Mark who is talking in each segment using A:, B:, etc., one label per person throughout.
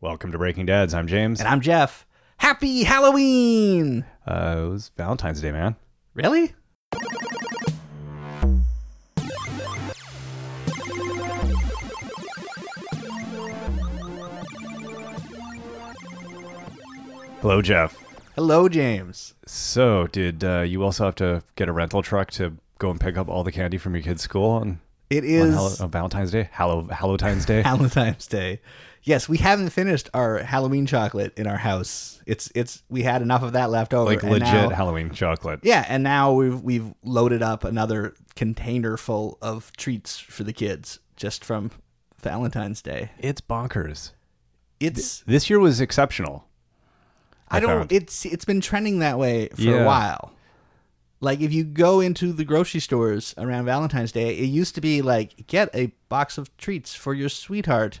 A: Welcome to Breaking Dads. I'm James.
B: And I'm Jeff. Happy Halloween!
A: Uh, it was Valentine's Day, man.
B: Really?
A: Hello, Jeff.
B: Hello, James.
A: So, did uh, you also have to get a rental truck to go and pick up all the candy from your kid's school on,
B: It
A: on,
B: is
A: Hall- on Valentine's Day? Hallow- Hallowtine's Day?
B: Valentine's Day. Yes, we haven't finished our Halloween chocolate in our house. It's it's we had enough of that left over.
A: like
B: and
A: legit
B: now-
A: Halloween chocolate.
B: yeah, and now we've we've loaded up another container full of treats for the kids just from Valentine's Day.
A: It's bonkers.
B: It's
A: This year was exceptional.
B: I don't
A: found.
B: it's it's been trending that way for
A: Yeah.
B: a while. Like if you go into the grocery stores around Valentine's Day, it used to be like get a box of treats for your sweetheart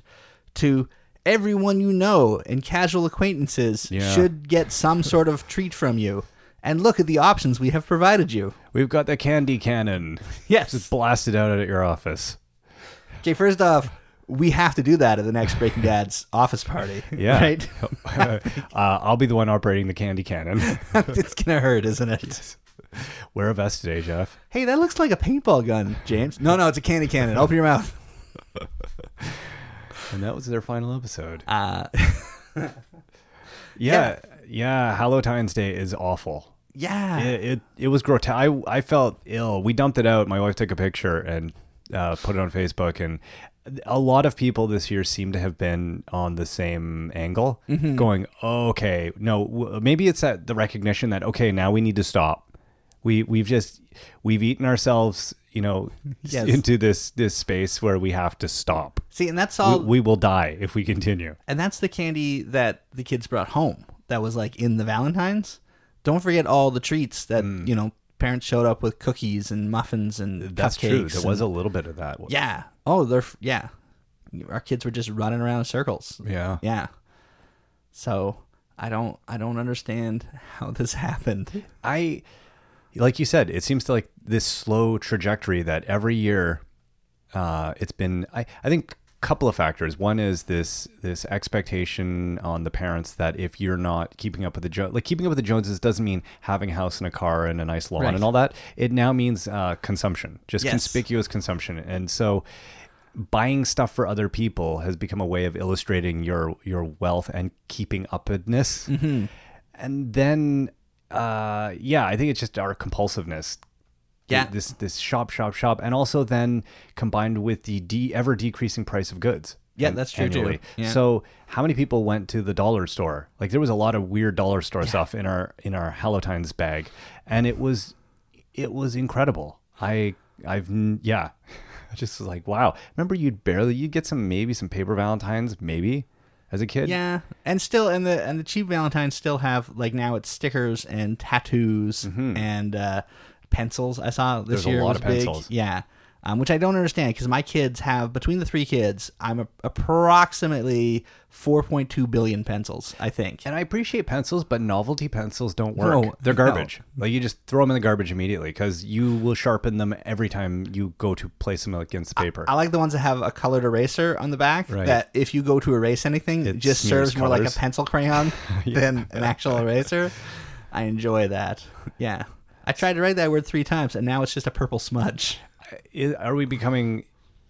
B: to everyone you know and casual acquaintances
A: Yeah.
B: should get some sort of treat from you. And look at the options we have provided you.
A: We've got the candy cannon. Just
B: Yes.
A: blasted out at your office.
B: Okay, first off, we have to do that at the next Breaking Dad's office party.
A: Yeah.
B: Right?
A: uh, I'll be the one operating the candy cannon.
B: it's gonna hurt, isn't it?
A: Wear a vest today, Jeff.
B: Hey, that looks like a paintball gun, James. No, no, it's a candy cannon. Open your mouth.
A: And that was their final episode.
B: Uh,
A: Yeah, yeah. Halloween's Day is awful.
B: yeah.
A: It it, it was grotesque. I I felt ill. We dumped it out. My wife took a picture and uh, put it on Facebook, and a lot of people this year seem to have been on the same angle,
B: Mm-hmm.
A: going, "Okay, no, w- maybe it's that the recognition that okay, now we need to stop. We we've just we've eaten ourselves." You know,
B: Yes.
A: into this this space where we have to stop.
B: See, and that's
A: We,
B: all.
A: we will die if we continue.
B: and that's the candy that the kids brought home. That was like in the Valentines. Don't forget all the treats that
A: Mm.
B: you know parents showed up with cookies and muffins and
A: That's
B: cupcakes.
A: true. There was
B: and-
A: a little bit of that.
B: yeah. Oh, they're f- yeah. Our kids were just running around in circles.
A: Yeah.
B: Yeah. So I don't I don't understand how this happened.
A: I like you said, it seems to like this slow trajectory that every year uh, it's been I, I think a couple of factors. One is this this expectation on the parents that if you're not keeping up with the Jones like keeping up with the Joneses doesn't mean having a house and a car and a nice lawn
B: Right.
A: and all that. It now means uh, consumption. Just
B: Yes.
A: conspicuous consumption. And so buying stuff for other people has become a way of illustrating your your wealth and keeping upness.
B: Mm-hmm.
A: And then uh yeah, I think it's just our compulsiveness.
B: Yeah.
A: This this shop shop shop and also then combined with the de- ever decreasing price of goods.
B: Yeah,
A: an-
B: that's true, too.
A: annually.
B: Yeah.
A: So, how many people went to the dollar store? Like there was a lot of weird dollar store stuff in our in our Halloween's bag and it was it was incredible. I I've n- yeah, I just was like wow. Remember, you'd barely you'd get some maybe some paper valentines maybe as a kid.
B: Yeah, and still, and the and the cheap Valentines still have like now it's stickers and tattoos and uh, pencils. I saw this
A: Mm-hmm. There's a
B: year
A: lot
B: was
A: of
B: big.
A: pencils.
B: Yeah, um, which I don't understand because my kids have between the three kids, I'm a, approximately 4.2 billion pencils. I think.
A: And I appreciate pencils, but novelty pencils don't work.
B: No,
A: They're
B: no.
A: garbage. Like you just throw them in the garbage immediately because you will sharpen them every time you go to place them against paper.
B: I like the ones that have a colored eraser on the back.
A: Right.
B: That if you go to erase anything, it just
A: smears
B: serves more like a
A: colors.
B: pencil crayon than an actual eraser. I enjoy that. Yeah, I tried to write that word three times, and now it's just a purple smudge.
A: I- are we becoming,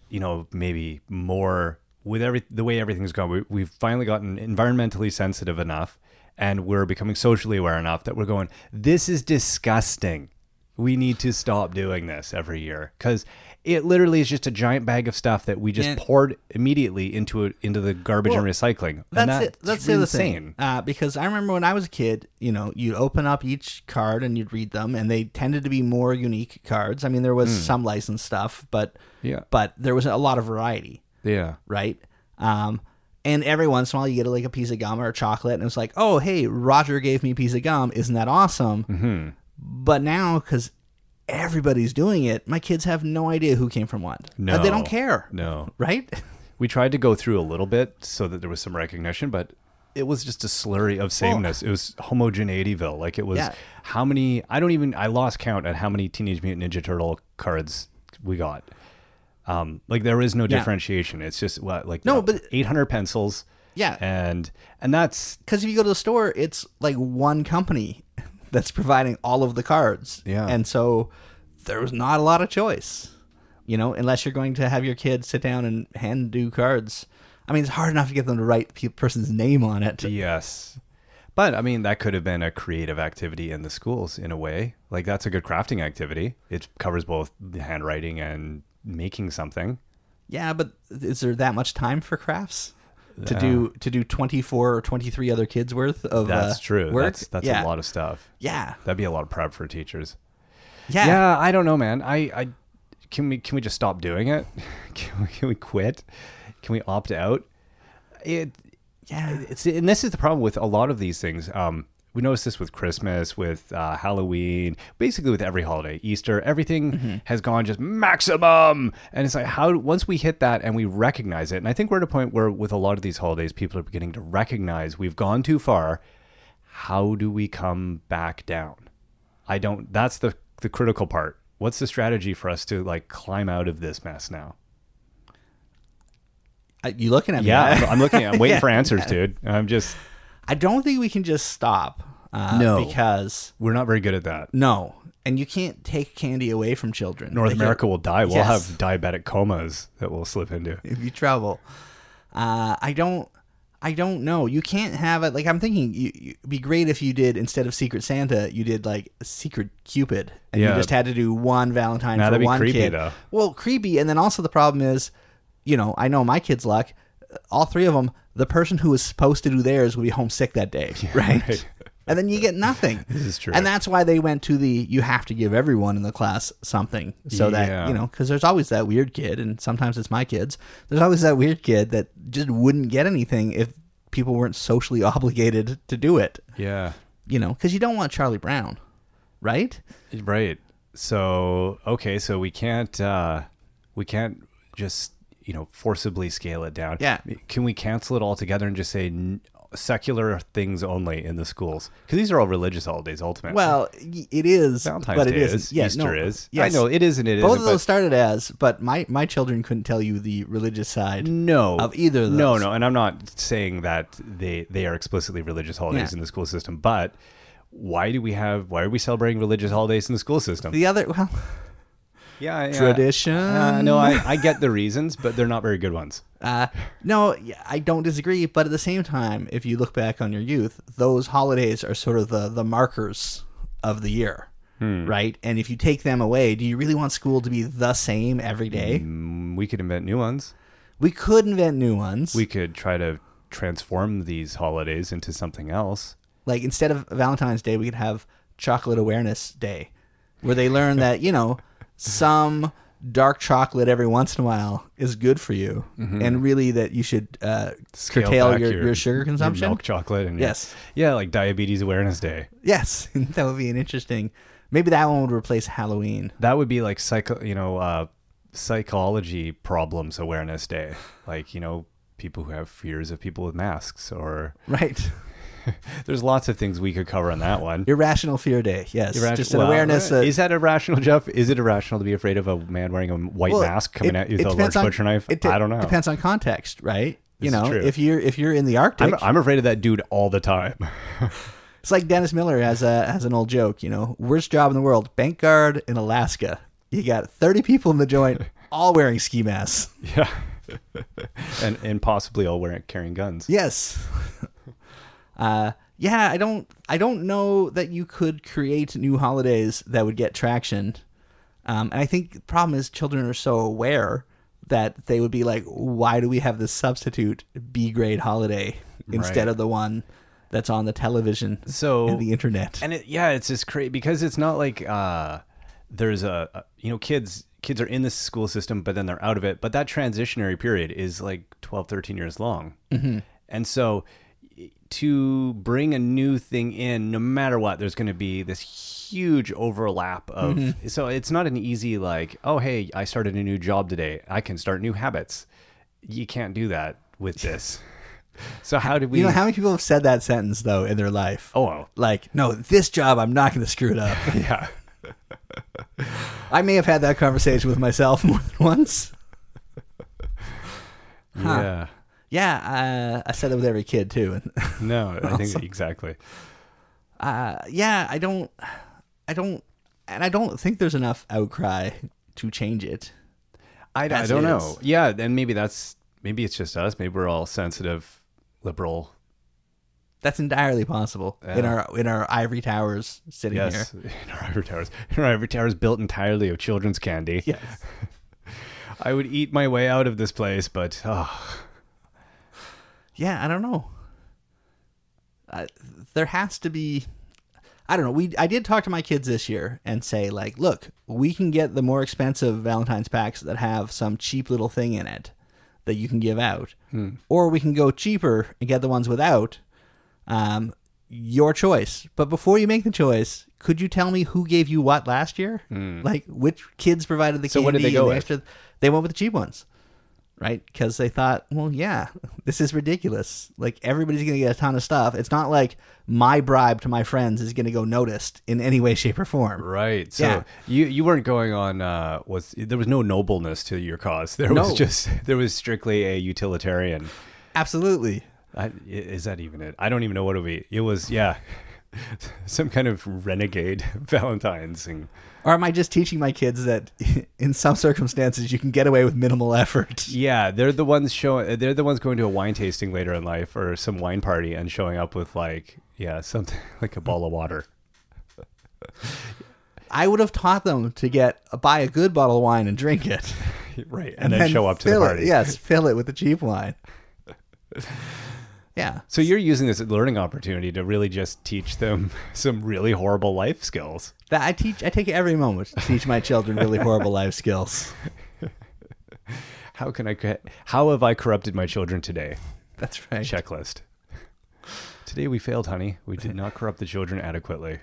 A: you know, maybe more with every the way everything's gone? We, we've finally gotten environmentally sensitive enough, and we're becoming socially aware enough that we're going. This is disgusting. We need to stop doing this every year because it literally is just a giant bag of stuff that we just
B: Yeah.
A: poured immediately into a, into the garbage and recycling.
B: That's,
A: and
B: it. That's the other thing. Uh, because I remember when I was a kid, you know, you'd open up each card and you'd read them, and they tended to be more unique cards. I mean, there was some licensed stuff, but
A: Yeah.
B: but there was a lot of variety,
A: Yeah.
B: right? Um, and every once in a while, you get like a piece of gum or chocolate, and it's like, oh, hey, Roger gave me a piece of gum. Isn't that awesome? Mm-hmm. But now, because everybody's doing it, my kids have no idea who came from what.
A: No.
B: they don't care,
A: No.
B: right?
A: We tried to go through a little bit so that there was some recognition, but it was just a slurry of sameness. it was homogeneityville. Like it was
B: Yeah.
A: how many I don't even I lost count at how many Teenage Mutant Ninja Turtle cards we got. Um, like there is no differentiation. It's just what like
B: No,
A: uh,
B: but-
A: 800 pencils,
B: Yeah.
A: and and that's
B: Because if you go to the store, it's like one company that's providing all of the cards.
A: Yeah.
B: And so there was not a lot of choice, you know, unless you're going to have your kids sit down and hand do cards. I mean, it's hard enough to get them to write the person's name on it.
A: yes. But I mean, that could have been a creative activity in the schools in a way. Like that's a good crafting activity. It covers both the handwriting and making something.
B: Yeah, but is there that much time for crafts? To do to do twenty four or twenty three other kids worth of uh,
A: Uh, That's true.
B: work?
A: That's that's
B: yeah.
A: a lot of stuff.
B: yeah.
A: That'd be a lot of prep for teachers.
B: yeah,
A: Yeah, I don't know, man. I, I can we can we just stop doing it? Can we, can we quit? Can we opt out? It
B: yeah,
A: it's and this is the problem with a lot of these things. Um, we notice this with Christmas, with uh, Halloween, basically with every holiday, Easter. Everything has gone just maximum, and it's like how once we hit that and we recognize it, and I think we're at a point where with a lot of these holidays, people are beginning to recognize we've gone too far. How do we come back down? I don't. That's the the critical part. What's the strategy for us to like climb out of this mess now?
B: Uh, You looking at me?
A: Yeah,
B: right?
A: I'm, I'm looking. I'm waiting for answers, dude. I'm just.
B: I don't think we can just stop. Uh,
A: No.
B: because
A: We're not very good at that.
B: no, and you can't take candy away from children.
A: North
B: They can't-
A: America will die. We'll
B: Yes.
A: have diabetic comas that we'll slip into.
B: if you travel. Uh, I don't. I don't know. You can't have it. Like I'm thinking, you, you, it'd be great if you did instead of Secret Santa, you did like Secret Cupid, and you
A: Yeah.
B: just had to do one Valentine
A: Nah,
B: for
A: that'd be
B: one
A: creepy,
B: kid.
A: though.
B: Well, creepy, and then also the problem is, you know, I know my kids' luck. All three of them, the person who was supposed to do theirs will be homesick that day, right?
A: right.
B: And then you get nothing. this
A: is true.
B: And that's why they went to the you have to give everyone in the class something so that
A: Yeah.
B: you know because there's always that weird kid, and sometimes it's my kids. There's always that weird kid that just wouldn't get anything if people weren't socially obligated to do it.
A: Yeah.
B: You know, because you don't want Charlie Brown, right?
A: Right. So okay, so we can't uh we can't just, you know, forcibly scale it down.
B: Yeah.
A: Can we cancel it altogether and just say n- secular things only in the schools? Cuz these are all religious holidays ultimately.
B: Well, y- it is,
A: Valentine's
B: but it
A: Day
B: isn't.
A: is,
B: Yeah,
A: Easter
B: no,
A: is.
B: Yes.
A: I know it is and it not
B: Both of those started as, but my my children couldn't tell you the religious side.
A: no
B: of either of
A: No,
B: those.
A: no, and I'm not saying that they they are explicitly religious holidays
B: Yeah.
A: in the school system, but why do we have why are we celebrating religious holidays in the school system?
B: The other, well,
A: Yeah, yeah.
B: Tradition.
A: Uh, no, I, I get the reasons, but they're not very good ones.
B: Uh, no, yeah, I don't disagree, but at the same time, if you look back on your youth, those holidays are sort of the the markers of the year,
A: Hmm.
B: right? And if you take them away, do you really want school to be the same every day?
A: Mm, We could invent new ones.
B: We could invent new ones.
A: We could try to transform these holidays into something else.
B: like instead of Valentine's Day, we could have Chocolate Awareness Day, where they learn that you know some dark chocolate every once in a while is good for you, and really that you should uh,
A: Mm-hmm. Scale
B: curtail
A: back
B: your, your, sugar consumption.
A: Your milk chocolate and your-
B: Yes.
A: yeah, like Diabetes Awareness Day.
B: Yes, that would be an interesting. Maybe that one would replace Halloween.
A: That would be like psycho, you know, uh, psychology problems awareness day. Like you know, people who have fears of people with masks, or
B: Right.
A: there's lots of things we could cover on that one.
B: Irrational Fear Day. Yes.
A: Irrational-
B: Just an
A: well, uh,
B: awareness that.
A: is that irrational, Jeff? Is it irrational to be afraid of a man wearing a white
B: well,
A: mask coming
B: it-
A: at you
B: it
A: with a large
B: depends on-
A: butcher knife?
B: It de-
A: I don't know.
B: Depends on context, right? You
A: This is
B: know,
A: true.
B: if you're if you're in the Arctic,
A: I'm, I'm afraid of that dude all the time.
B: it's like Dennis Miller has a has an old joke. You know, worst job in the world, bank guard in Alaska. You got thirty people in the joint, all wearing ski masks.
A: yeah. and and possibly all wearing carrying guns.
B: Yes. uh, yeah, I don't I don't know that you could create new holidays that would get traction. Um, and I think the problem is children are so aware that they would be like, why do we have this substitute B grade holiday instead
A: Right.
B: of the one that's on the television
A: So-
B: and the internet?
A: And it, yeah, it's just crazy because it's not like uh, there's a a- you know kids kids are in the school system but then they're out of it. But that transitionary period is like 12, 13 years long,
B: Mm-hmm.
A: and so to bring a new thing in, no matter what, there's going to be this huge overlap of.
B: Mm-hmm.
A: So it's not an easy like, oh hey, I started a new job today, I can start new habits. You can't do that with this. So how did we?
B: you know, how many people have said that sentence though in their life?
A: oh, well,
B: Like, no, this job I'm not going to screw it up.
A: yeah.
B: I may have had that conversation with myself more than once.
A: Yeah.
B: Yeah, uh, I said it with every kid too. And
A: No, I think exactly.
B: uh, yeah, I don't, I don't, and I don't think there's enough outcry to change it.
A: I, I
B: As
A: don't
B: is.
A: know. Yeah, and maybe that's maybe it's just us. Maybe we're all sensitive, liberal.
B: That's entirely possible in
A: Yeah.
B: our in our ivory towers sitting here.
A: Yes, in our ivory towers. In our ivory towers, built entirely of children's candy.
B: Yes.
A: I would eat my way out of this place, but oh,
B: Yeah, I don't know. I, there has to be. I don't know. We I did talk to my kids this year and say like, look, we can get the more expensive Valentine's packs that have some cheap little thing in it that you can give out,
A: Hmm.
B: or we can go cheaper and get the ones without. Um, your choice. But before you make the choice, could you tell me who gave you what last year? Like which kids provided the
A: Hmm. So what did
B: candy
A: they go
B: and the
A: with?
B: extra? They went with the cheap ones right? Because they thought, well, yeah, this is ridiculous. Like everybody's going to get a ton of stuff. It's not like my bribe to my friends is going to go noticed in any way, shape, or form.
A: right. So
B: Yeah.
A: you you weren't going on. Uh, was there was no nobleness to your cause? There was
B: No.
A: just there was strictly a utilitarian.
B: Absolutely.
A: I, i- is that even it? I don't even know what it would be. It was yeah, some kind of renegade Valentine's and
B: Or am I just teaching my kids that in some circumstances you can get away with minimal effort?
A: Yeah, they're the ones showing. They're the ones going to a wine tasting later in life or some wine party and showing up with like yeah something like a ball of water.
B: I would have taught them to get buy a good bottle of wine and drink it,
A: Right, and, then, show up to the
B: fill it-
A: party.
B: yes, fill it with the cheap wine. Yeah.
A: So you're using this learning opportunity to really just teach them some really horrible life skills.
B: That I teach I take every moment to teach my children really horrible life skills.
A: How can I? cor- How have I corrupted my children today?
B: That's right.
A: Checklist. Today we failed, honey. We did not corrupt the children adequately.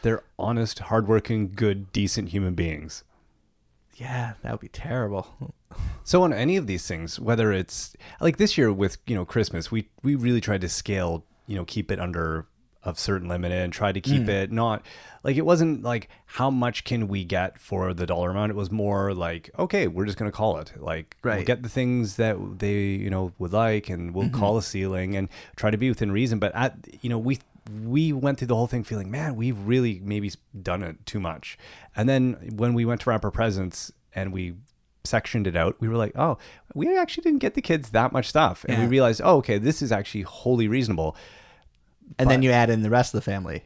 A: They're honest, hardworking, good, decent human beings.
B: Yeah, that would be terrible.
A: So on any of these things, whether it's like this year with you know Christmas, we we really tried to scale, you know, keep it under a certain limit and try to keep it not like it wasn't like how much can we get for the dollar amount. It was more like okay, we're just gonna call it like we'll
B: Right.
A: get the things that they you know would like and we'll call a ceiling and try to be within reason. But at you know we we went through the whole thing feeling man we've really maybe done it too much, and then when we went to wrap our presents and we sectioned it out, we were like, oh, we actually didn't get the kids that much stuff. And we
B: Yeah.
A: realized, oh, okay, this is actually wholly reasonable.
B: And then you add in the rest of the family.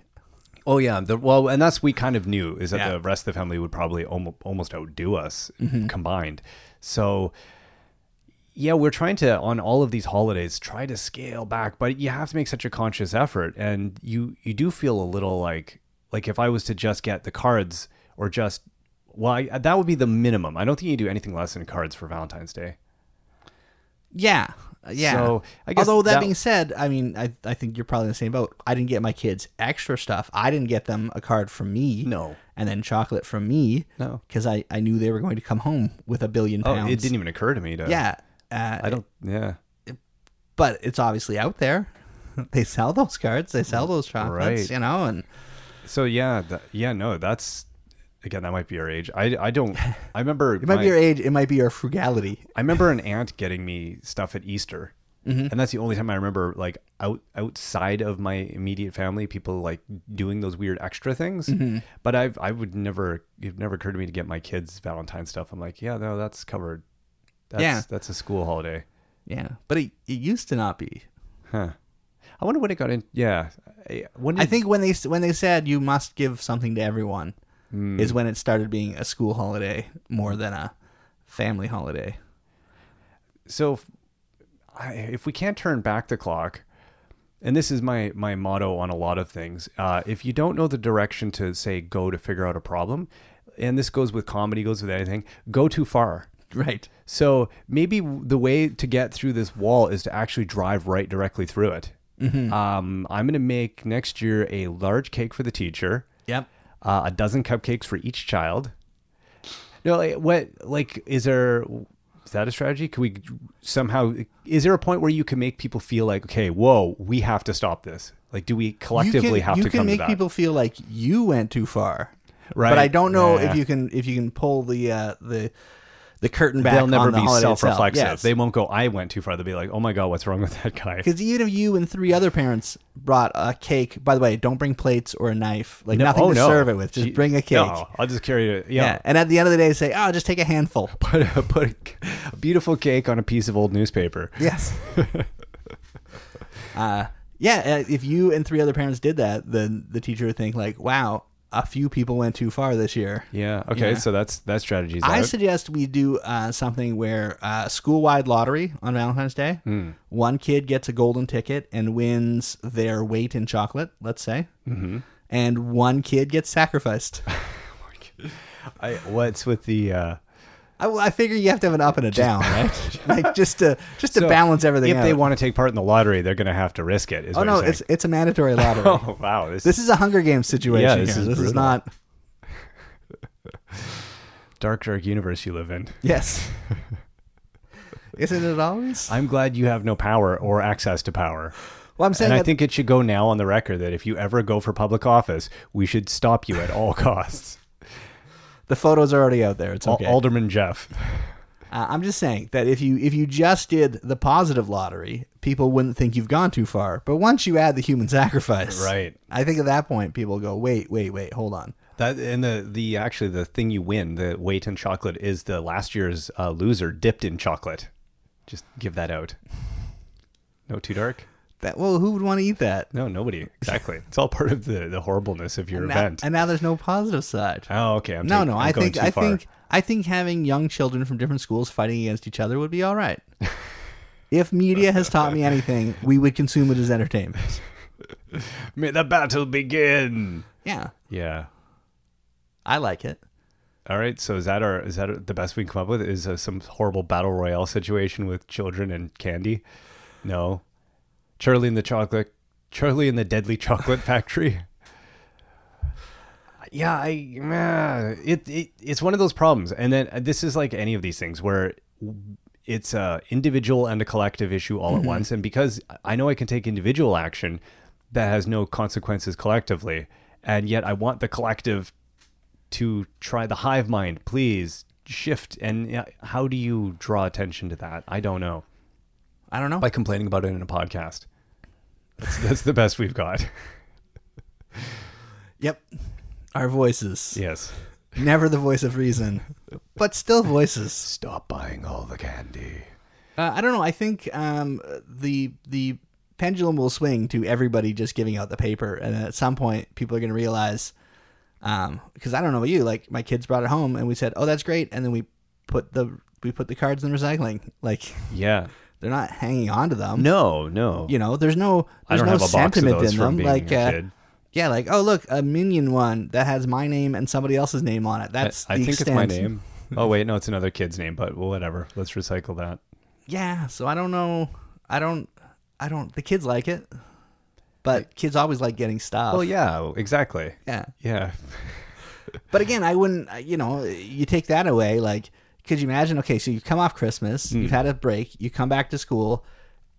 A: Oh, yeah. The, well, and that's we kind of knew is that
B: Yeah. Mm-hmm.
A: the rest of the family would probably almost, almost outdo us combined. So, yeah, we're trying to, on all of these holidays, try to scale back, but you have to make such a conscious effort. And you, you do feel a little like, like if I was to just get the cards or just, well, I, that would be the minimum. I don't think you do anything less than cards for Valentine's Day.
B: Yeah. Yeah.
A: So, I guess
B: Although that,
A: that-
B: being said, I mean, I, I think you're probably in the same boat. I didn't get my kids extra stuff. I didn't get them a card from me.
A: No.
B: And then chocolate from me.
A: No.
B: Because I, I knew they were going to come home with a billion
A: Oh,
B: pounds.
A: it didn't even occur to me to.
B: Yeah. Uh,
A: I don't. Yeah.
B: but it's obviously out there. they sell those cards. They sell those chocolates,
A: Right.
B: you know, and
A: So yeah, th- yeah. No, that's again. That might be your age. I I don't. I remember.
B: it might
A: my-
B: be your age. It might be your frugality.
A: I remember an aunt getting me stuff at Easter,
B: Mm-hmm.
A: and that's the only time I remember like out outside of my immediate family, people like doing those weird extra things.
B: Mm-hmm.
A: But I've I would never. It never occurred to me to get my kids Valentine stuff. I'm like, yeah, no, that's covered. That's,
B: Yeah.
A: that's a school holiday.
B: Yeah. But it, it used to not be.
A: Huh. I wonder when it got in. Yeah. I- When did,
B: I think when they when they said you must give something to everyone
A: Hmm.
B: is when it started being a school holiday more than a family holiday.
A: so if, I, if we can't turn back the clock and this is my my motto on a lot of things uh, if you don't know the direction to say go to figure out a problem and this goes with comedy goes with anything go too far
B: Right.
A: so maybe the way to get through this wall is to actually drive right directly through it um, i'm going to make next year a large cake for the teacher
B: Yep.
A: uh, a dozen cupcakes for each child. No, like, what like is there is that a strategy? Can we somehow is there a point where you can make people feel like okay, whoa, we have to stop this? Like, do we collectively
B: you can,
A: have
B: you
A: to
B: can
A: come
B: make
A: to that?
B: people feel like you went too far.
A: Right.
B: But I don't know
A: Yeah.
B: if you can if you can pull the uh, the the curtain back.
A: They'll never
B: on the
A: be
B: holiday itself.
A: self-reflexive.
B: Yes.
A: They won't go. I went too far. They'll be like, "Oh my god, what's wrong with that guy?"
B: Because even if you and three other parents brought a cake, by the way, don't bring plates or a knife, like nothing
A: oh,
B: to
A: no.
B: serve it with. Just
A: Gee,
B: bring a cake.
A: No, I'll just carry it.
B: yeah.
A: Yeah,
B: and at the end of the day, say, "Oh, just take a handful."
A: put a, put a, a beautiful cake on a piece of old newspaper.
B: Yes. uh, yeah. uh, If you and three other parents did that, then the teacher would think like, "Wow, a few people went too far this year."
A: Yeah. Okay.
B: Yeah.
A: So that's that strategy's
B: I
A: out.
B: suggest we do uh, something where uh, school-wide lottery on Valentine's Day.
A: Hmm.
B: One kid gets a golden ticket and wins their weight in chocolate, let's say, mm-hmm. and one kid gets sacrificed.
A: I, what's with the? Uh,
B: I, well, I figure you have to have an up and a down, right? like just to just to balance everything.
A: If they
B: out.
A: want to take part in the lottery, they're going to have to risk it. Is
B: oh
A: what
B: no,
A: you're saying.
B: it's it's a mandatory lottery.
A: oh wow, this,
B: This is a Hunger Games situation
A: Yeah, this
B: here.
A: is
B: this is
A: brutal.
B: not.
A: dark dark universe you live in.
B: Yes. Isn't it always?
A: I'm glad you have no power or access to power.
B: Well, I'm saying
A: And I
B: that-
A: think it should go now on the record that if you ever go for public office, we should stop you at all costs.
B: the photos are already out there. It's
A: Al-
B: okay.
A: Alderman Jeff.
B: Uh, I'm just saying that if you if you just did the positive lottery, people wouldn't think you've gone too far. But once you add the human sacrifice,
A: Right.
B: I think at that point people go, wait, wait, wait, hold on.
A: That and the the actually the thing you win, the weight in chocolate, is the last year's uh, loser dipped in chocolate. Just give that out. No, too dark.
B: That well, who would want to eat that?
A: No, nobody. Exactly. it's all part of the the horribleness of your
B: Now-
A: event.
B: and now there's no positive side.
A: oh, okay. I'm
B: no,
A: take-
B: no,
A: I'm
B: I
A: going
B: think
A: too
B: I
A: far.
B: think I think having young children from different schools fighting against each other would be all right. if media has taught me anything, we would consume it as entertainment.
A: May the battle begin.
B: Yeah,
A: Yeah.
B: I like it.
A: All right. So is that our is that the best we can come up with? Is uh, some horrible battle royale situation with children and candy? No. Charlie and the chocolate. Charlie and the deadly chocolate factory. Yeah, I meh, it, it it's one of those problems, and then uh, this is like any of these things where it's a individual and a collective issue all at once, and because I know I can take individual action that has no consequences collectively, and yet I want the collective to try the hive mind, please shift. And uh, how do you draw attention to that? I don't know.
B: I don't know.
A: By complaining about it in a podcast. That's, that's the best we've got.
B: yep, our voices.
A: Yes.
B: never the voice of reason, but still voices.
A: Stop buying all the candy.
B: Uh, I don't know. I think um, the the pendulum will swing to everybody just giving out the paper, and at some point, people are going to realize. Because I don't know about you, like my kids brought it home, and we said, "Oh, that's great," and then we put the we put the cards in the recycling. Like
A: Yeah.
B: they're not hanging on to them.
A: No, no.
B: You know, there's no
A: I
B: there's
A: don't
B: no
A: have a box of
B: sentiment
A: those
B: in
A: from
B: them.
A: being
B: like
A: a
B: uh,
A: kid.
B: yeah, like oh look, a minion one that has my name and somebody else's name on it. That's
A: I
B: the
A: think
B: extent.
A: it's my name. Oh, wait. No, it's another kid's name, but whatever. Let's recycle that.
B: yeah so i don't know i don't i don't the kids like it but kids always like getting stuff
A: Well, Oh, yeah, exactly.
B: yeah
A: Yeah.
B: but again i wouldn't uh, you know you take that away like could you imagine okay so you come off christmas you've
A: Mm-hmm.
B: had a break you come back to school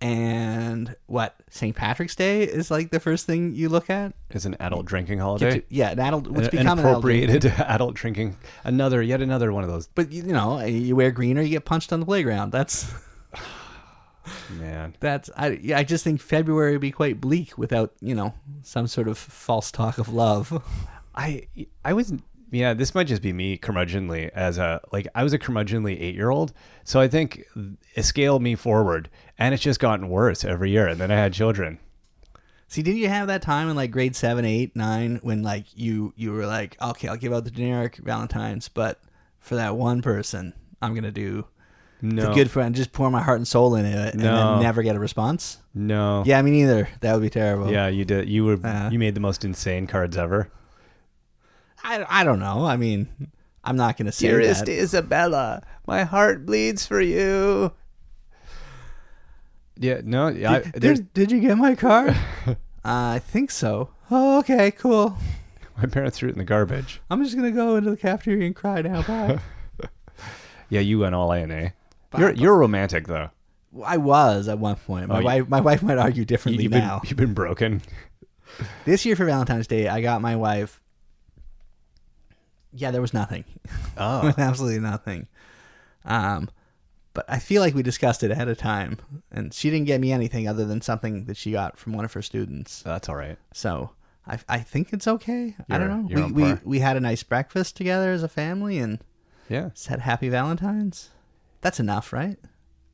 B: and what st patrick's day is like the first thing you look at
A: It's an adult drinking
B: Get
A: holiday.
B: to- yeah an adult what's
A: an
B: become an adult
A: appropriated adult drinking. Another, yet another one of those.
B: but you you know eh, you wear green or you get punched on the playground that's
A: Man.
B: that's I, yeah, I just think february would be quite bleak without you know some sort of false talk of love
A: I I was yeah. This might just be me curmudgeonly as a like I was a curmudgeonly eight year old. So I think uh, scale me forward, and it's just gotten worse every year. And then I had children.
B: See, didn't you have that time in like grade seven, eight, nine when like you you were like, okay, I'll give out the generic Valentines, but for that one person, I'm gonna do
A: No,
B: the good friend, just pour my heart and soul into it, and
A: No.
B: then never get a response.
A: no,
B: Yeah, me neither. That would be terrible.
A: yeah. You did. You were you made the most insane cards ever.
B: I, I don't know. I mean, I'm not gonna say that.
A: Isabella, my heart bleeds for you. Yeah, no, I, there's
B: Did, did you get my card? uh, I think so. Oh, okay, cool.
A: my parents threw it in the garbage.
B: I'm just gonna go into the cafeteria and cry now. Bye.
A: Yeah, you went all in, eh? You're you're romantic though.
B: I was at one point. My
A: you-
B: wife, my wife might argue
A: Oh,
B: differently
A: You've
B: now.
A: been you've been broken.
B: This year for Valentine's Day, I got my wife. Yeah, there was nothing.
A: Oh,
B: Absolutely nothing. Um, but I feel like we discussed it ahead of time, and she didn't get me anything other than something that she got from one of her students.
A: That's all right.
B: So I, I think it's okay. I
A: You're-
B: don't
A: you're
B: know.
A: on
B: We, we
A: par.
B: we had a nice breakfast together as a family and
A: Yeah,
B: said Happy Valentine's. That's enough, right?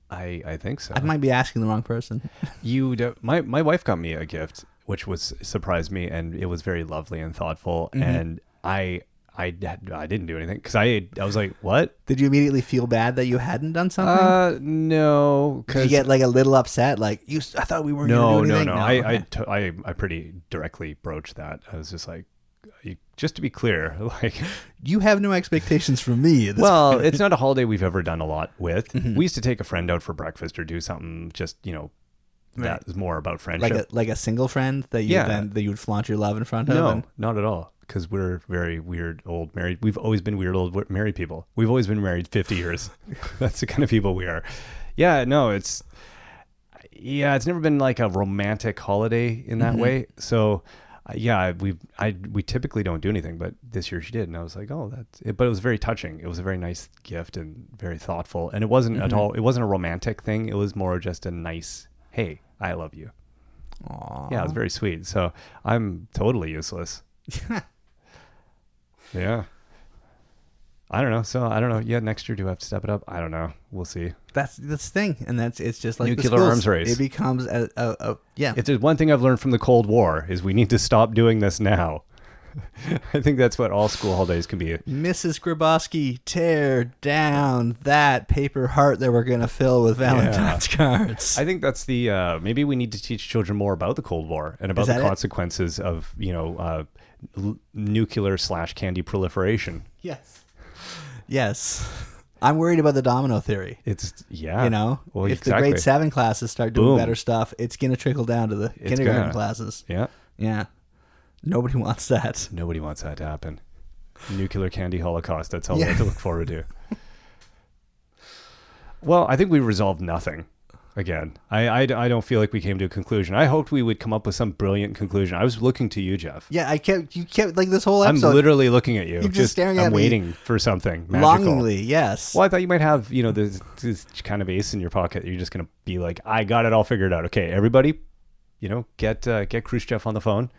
A: I I think so.
B: I might be asking the wrong person.
A: You do, my my wife got me a gift, which was surprised me, and it was very lovely and thoughtful. And I I had, I didn't do anything because I I was like, what?
B: Did you immediately feel bad that you hadn't done something?
A: Uh, no,
B: Did you
A: because
B: get like a little upset? Like you, s- I thought we weren't
A: no,
B: going to do
A: no,
B: anything.
A: no, I I,
B: okay.
A: t- I I pretty directly broached that. I was just like, you- just to be clear, like,
B: you have no expectations from me. at this
A: well, it's not a holiday we've ever done a lot with. We used to take a friend out for breakfast or do something just you know that is more about friendship.
B: like a like a single friend that you
A: Yeah.
B: then that you would flaunt your love in front of.
A: No,
B: and-
A: not at all. Because we're very weird old married. We've always been weird old wi- married people. We've always been married fifty years. That's the kind of people we are. Yeah, no, it's yeah, it's never been like a romantic holiday in that way. So uh, yeah, we I we typically don't do anything, but this year she did, and I was like, oh, that's. It. But it was very touching. It was a very nice gift and very thoughtful. And it wasn't at all. It wasn't a romantic thing. It was more just a nice, hey, I love you.
B: Aw.
A: Yeah, it was very sweet. So I'm totally useless. yeah. I don't know. So I don't know. Yeah, next year do I have to step it up? I don't know. We'll see.
B: that's that's the thing, and that's it's just like the
A: Nuclear
B: schools.
A: arms race.
B: It becomes a, a, a yeah.
A: If there's one thing I've learned from the Cold War is we need to stop doing this now. I think that's what all school holidays can be.
B: Mrs. Grabowski, tear down that paper heart that we're gonna fill with Valentine's cards.
A: I think that's the uh, maybe we need to teach children more about the Cold War and about
B: Is
A: the
B: that it?
A: consequences of you know uh, l- nuclear slash candy proliferation.
B: yes, yes. I'm worried about the domino theory.
A: It's yeah,
B: You know,
A: Ah, well,
B: if
A: exactly.
B: the grade seven classes start doing
A: Boom.
B: better stuff, it's gonna trickle down to the kindergarten
A: gonna.
B: classes.
A: yeah.
B: Yeah, nobody wants that.
A: Nobody wants that to happen. Nuclear candy holocaust. That's all we
B: Yeah.
A: have to look forward to. well, I think we resolved nothing. Again, I, I, I don't feel like we came to a conclusion. I hoped we would come up with some brilliant conclusion. I was looking to you, Jeff.
B: Yeah, I kept you kept like this whole
A: I'm
B: episode
A: literally looking at you.
B: just staring
A: I'm
B: at me
A: waiting for something magical.
B: longingly. Yes.
A: Well, I thought you might have, you know, this, this kind of ace in your pocket. that You're just going to be like, I got it all figured out. Okay, everybody, you know, get uh, get Khrushchev on the phone.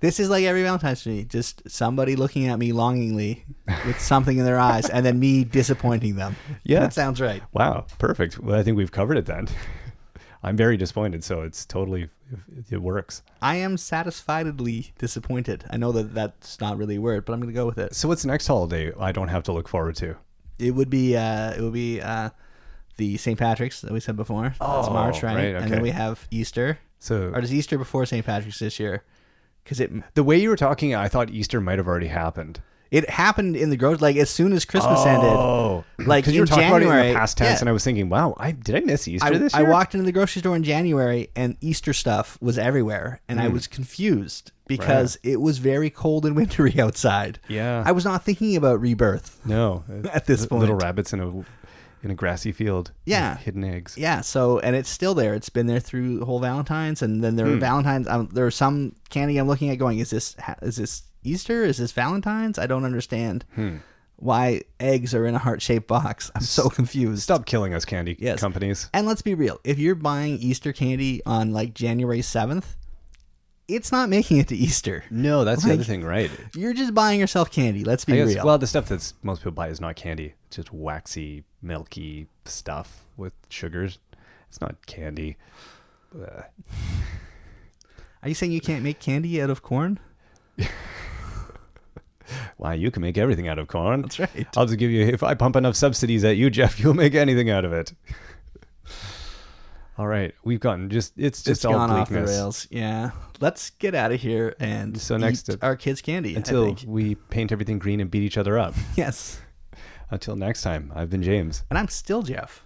B: This is like every Valentine's to me. Just somebody looking at me longingly with something in their eyes, and then me disappointing them.
A: Yeah.
B: that sounds right.
A: Wow, perfect. Well, I think we've covered it then. I'm very disappointed, so it's totally it, it works.
B: I am satisfiedly disappointed. I know that that's not really a word, but I'm going to go with it.
A: So what's the next holiday I don't have to look forward to?
B: It would be uh, it would be uh, the St. Patrick's that we said before. That's
A: Oh,
B: March, right?
A: right,
B: And
A: okay.
B: then we have Easter.
A: So
B: Or is Easter before St. Patrick's this year? Because it
A: the way you were talking, I thought Easter might have already happened.
B: it happened in the grocery like as soon as Christmas ended.
A: Oh,
B: Like,
A: because you were
B: in
A: talking about it in
B: January-
A: the past tense,
B: yeah.
A: and I was thinking, wow, I did I miss Easter
B: I,
A: this
B: I
A: year?
B: walked into the grocery store in January and Easter stuff was everywhere, and I
A: Hmm.
B: was confused because it was very cold and wintry outside.
A: Yeah.
B: I was not thinking about rebirth.
A: no,
B: At this
A: li- little
B: point.
A: rabbits in a in a grassy field. with
B: Yeah.
A: hidden eggs.
B: Yeah, so and it's still there. It's been there through the whole Valentine's, and then there
A: Hmm.
B: are Valentine's. Um, there are some candy I'm looking at going. Is this ha- is this Easter? Is this Valentine's? I don't understand
A: Hmm.
B: why eggs are in a heart shaped box. I'm so confused.
A: Stop killing us, candy
B: Yes.
A: companies.
B: And let's be real, if you're buying Easter candy on like January 7th, it's not making it to Easter.
A: No, that's the
B: Like-
A: other thing, right?
B: You're just buying yourself candy, let's be
A: I guess,
B: real.
A: well, the stuff that's most people buy is not candy. It's just waxy, milky stuff with sugars. It's not candy.
B: Are you saying you can't make candy out of corn?
A: Why, you can make everything out of corn. That's
B: right.
A: I'll just give you, if I pump enough subsidies at you, Jeff, you'll make anything out of it. All right. We've gotten just, it's just
B: It's
A: all
B: gone off the
A: bleakness.
B: rails. Yeah. Let's get out of here and
A: So next
B: eat
A: up-
B: our kids candy. I
A: Until
B: think.
A: we paint everything green and beat each other up.
B: Yes.
A: Until next time, I've been James.
B: And I'm still Jeff.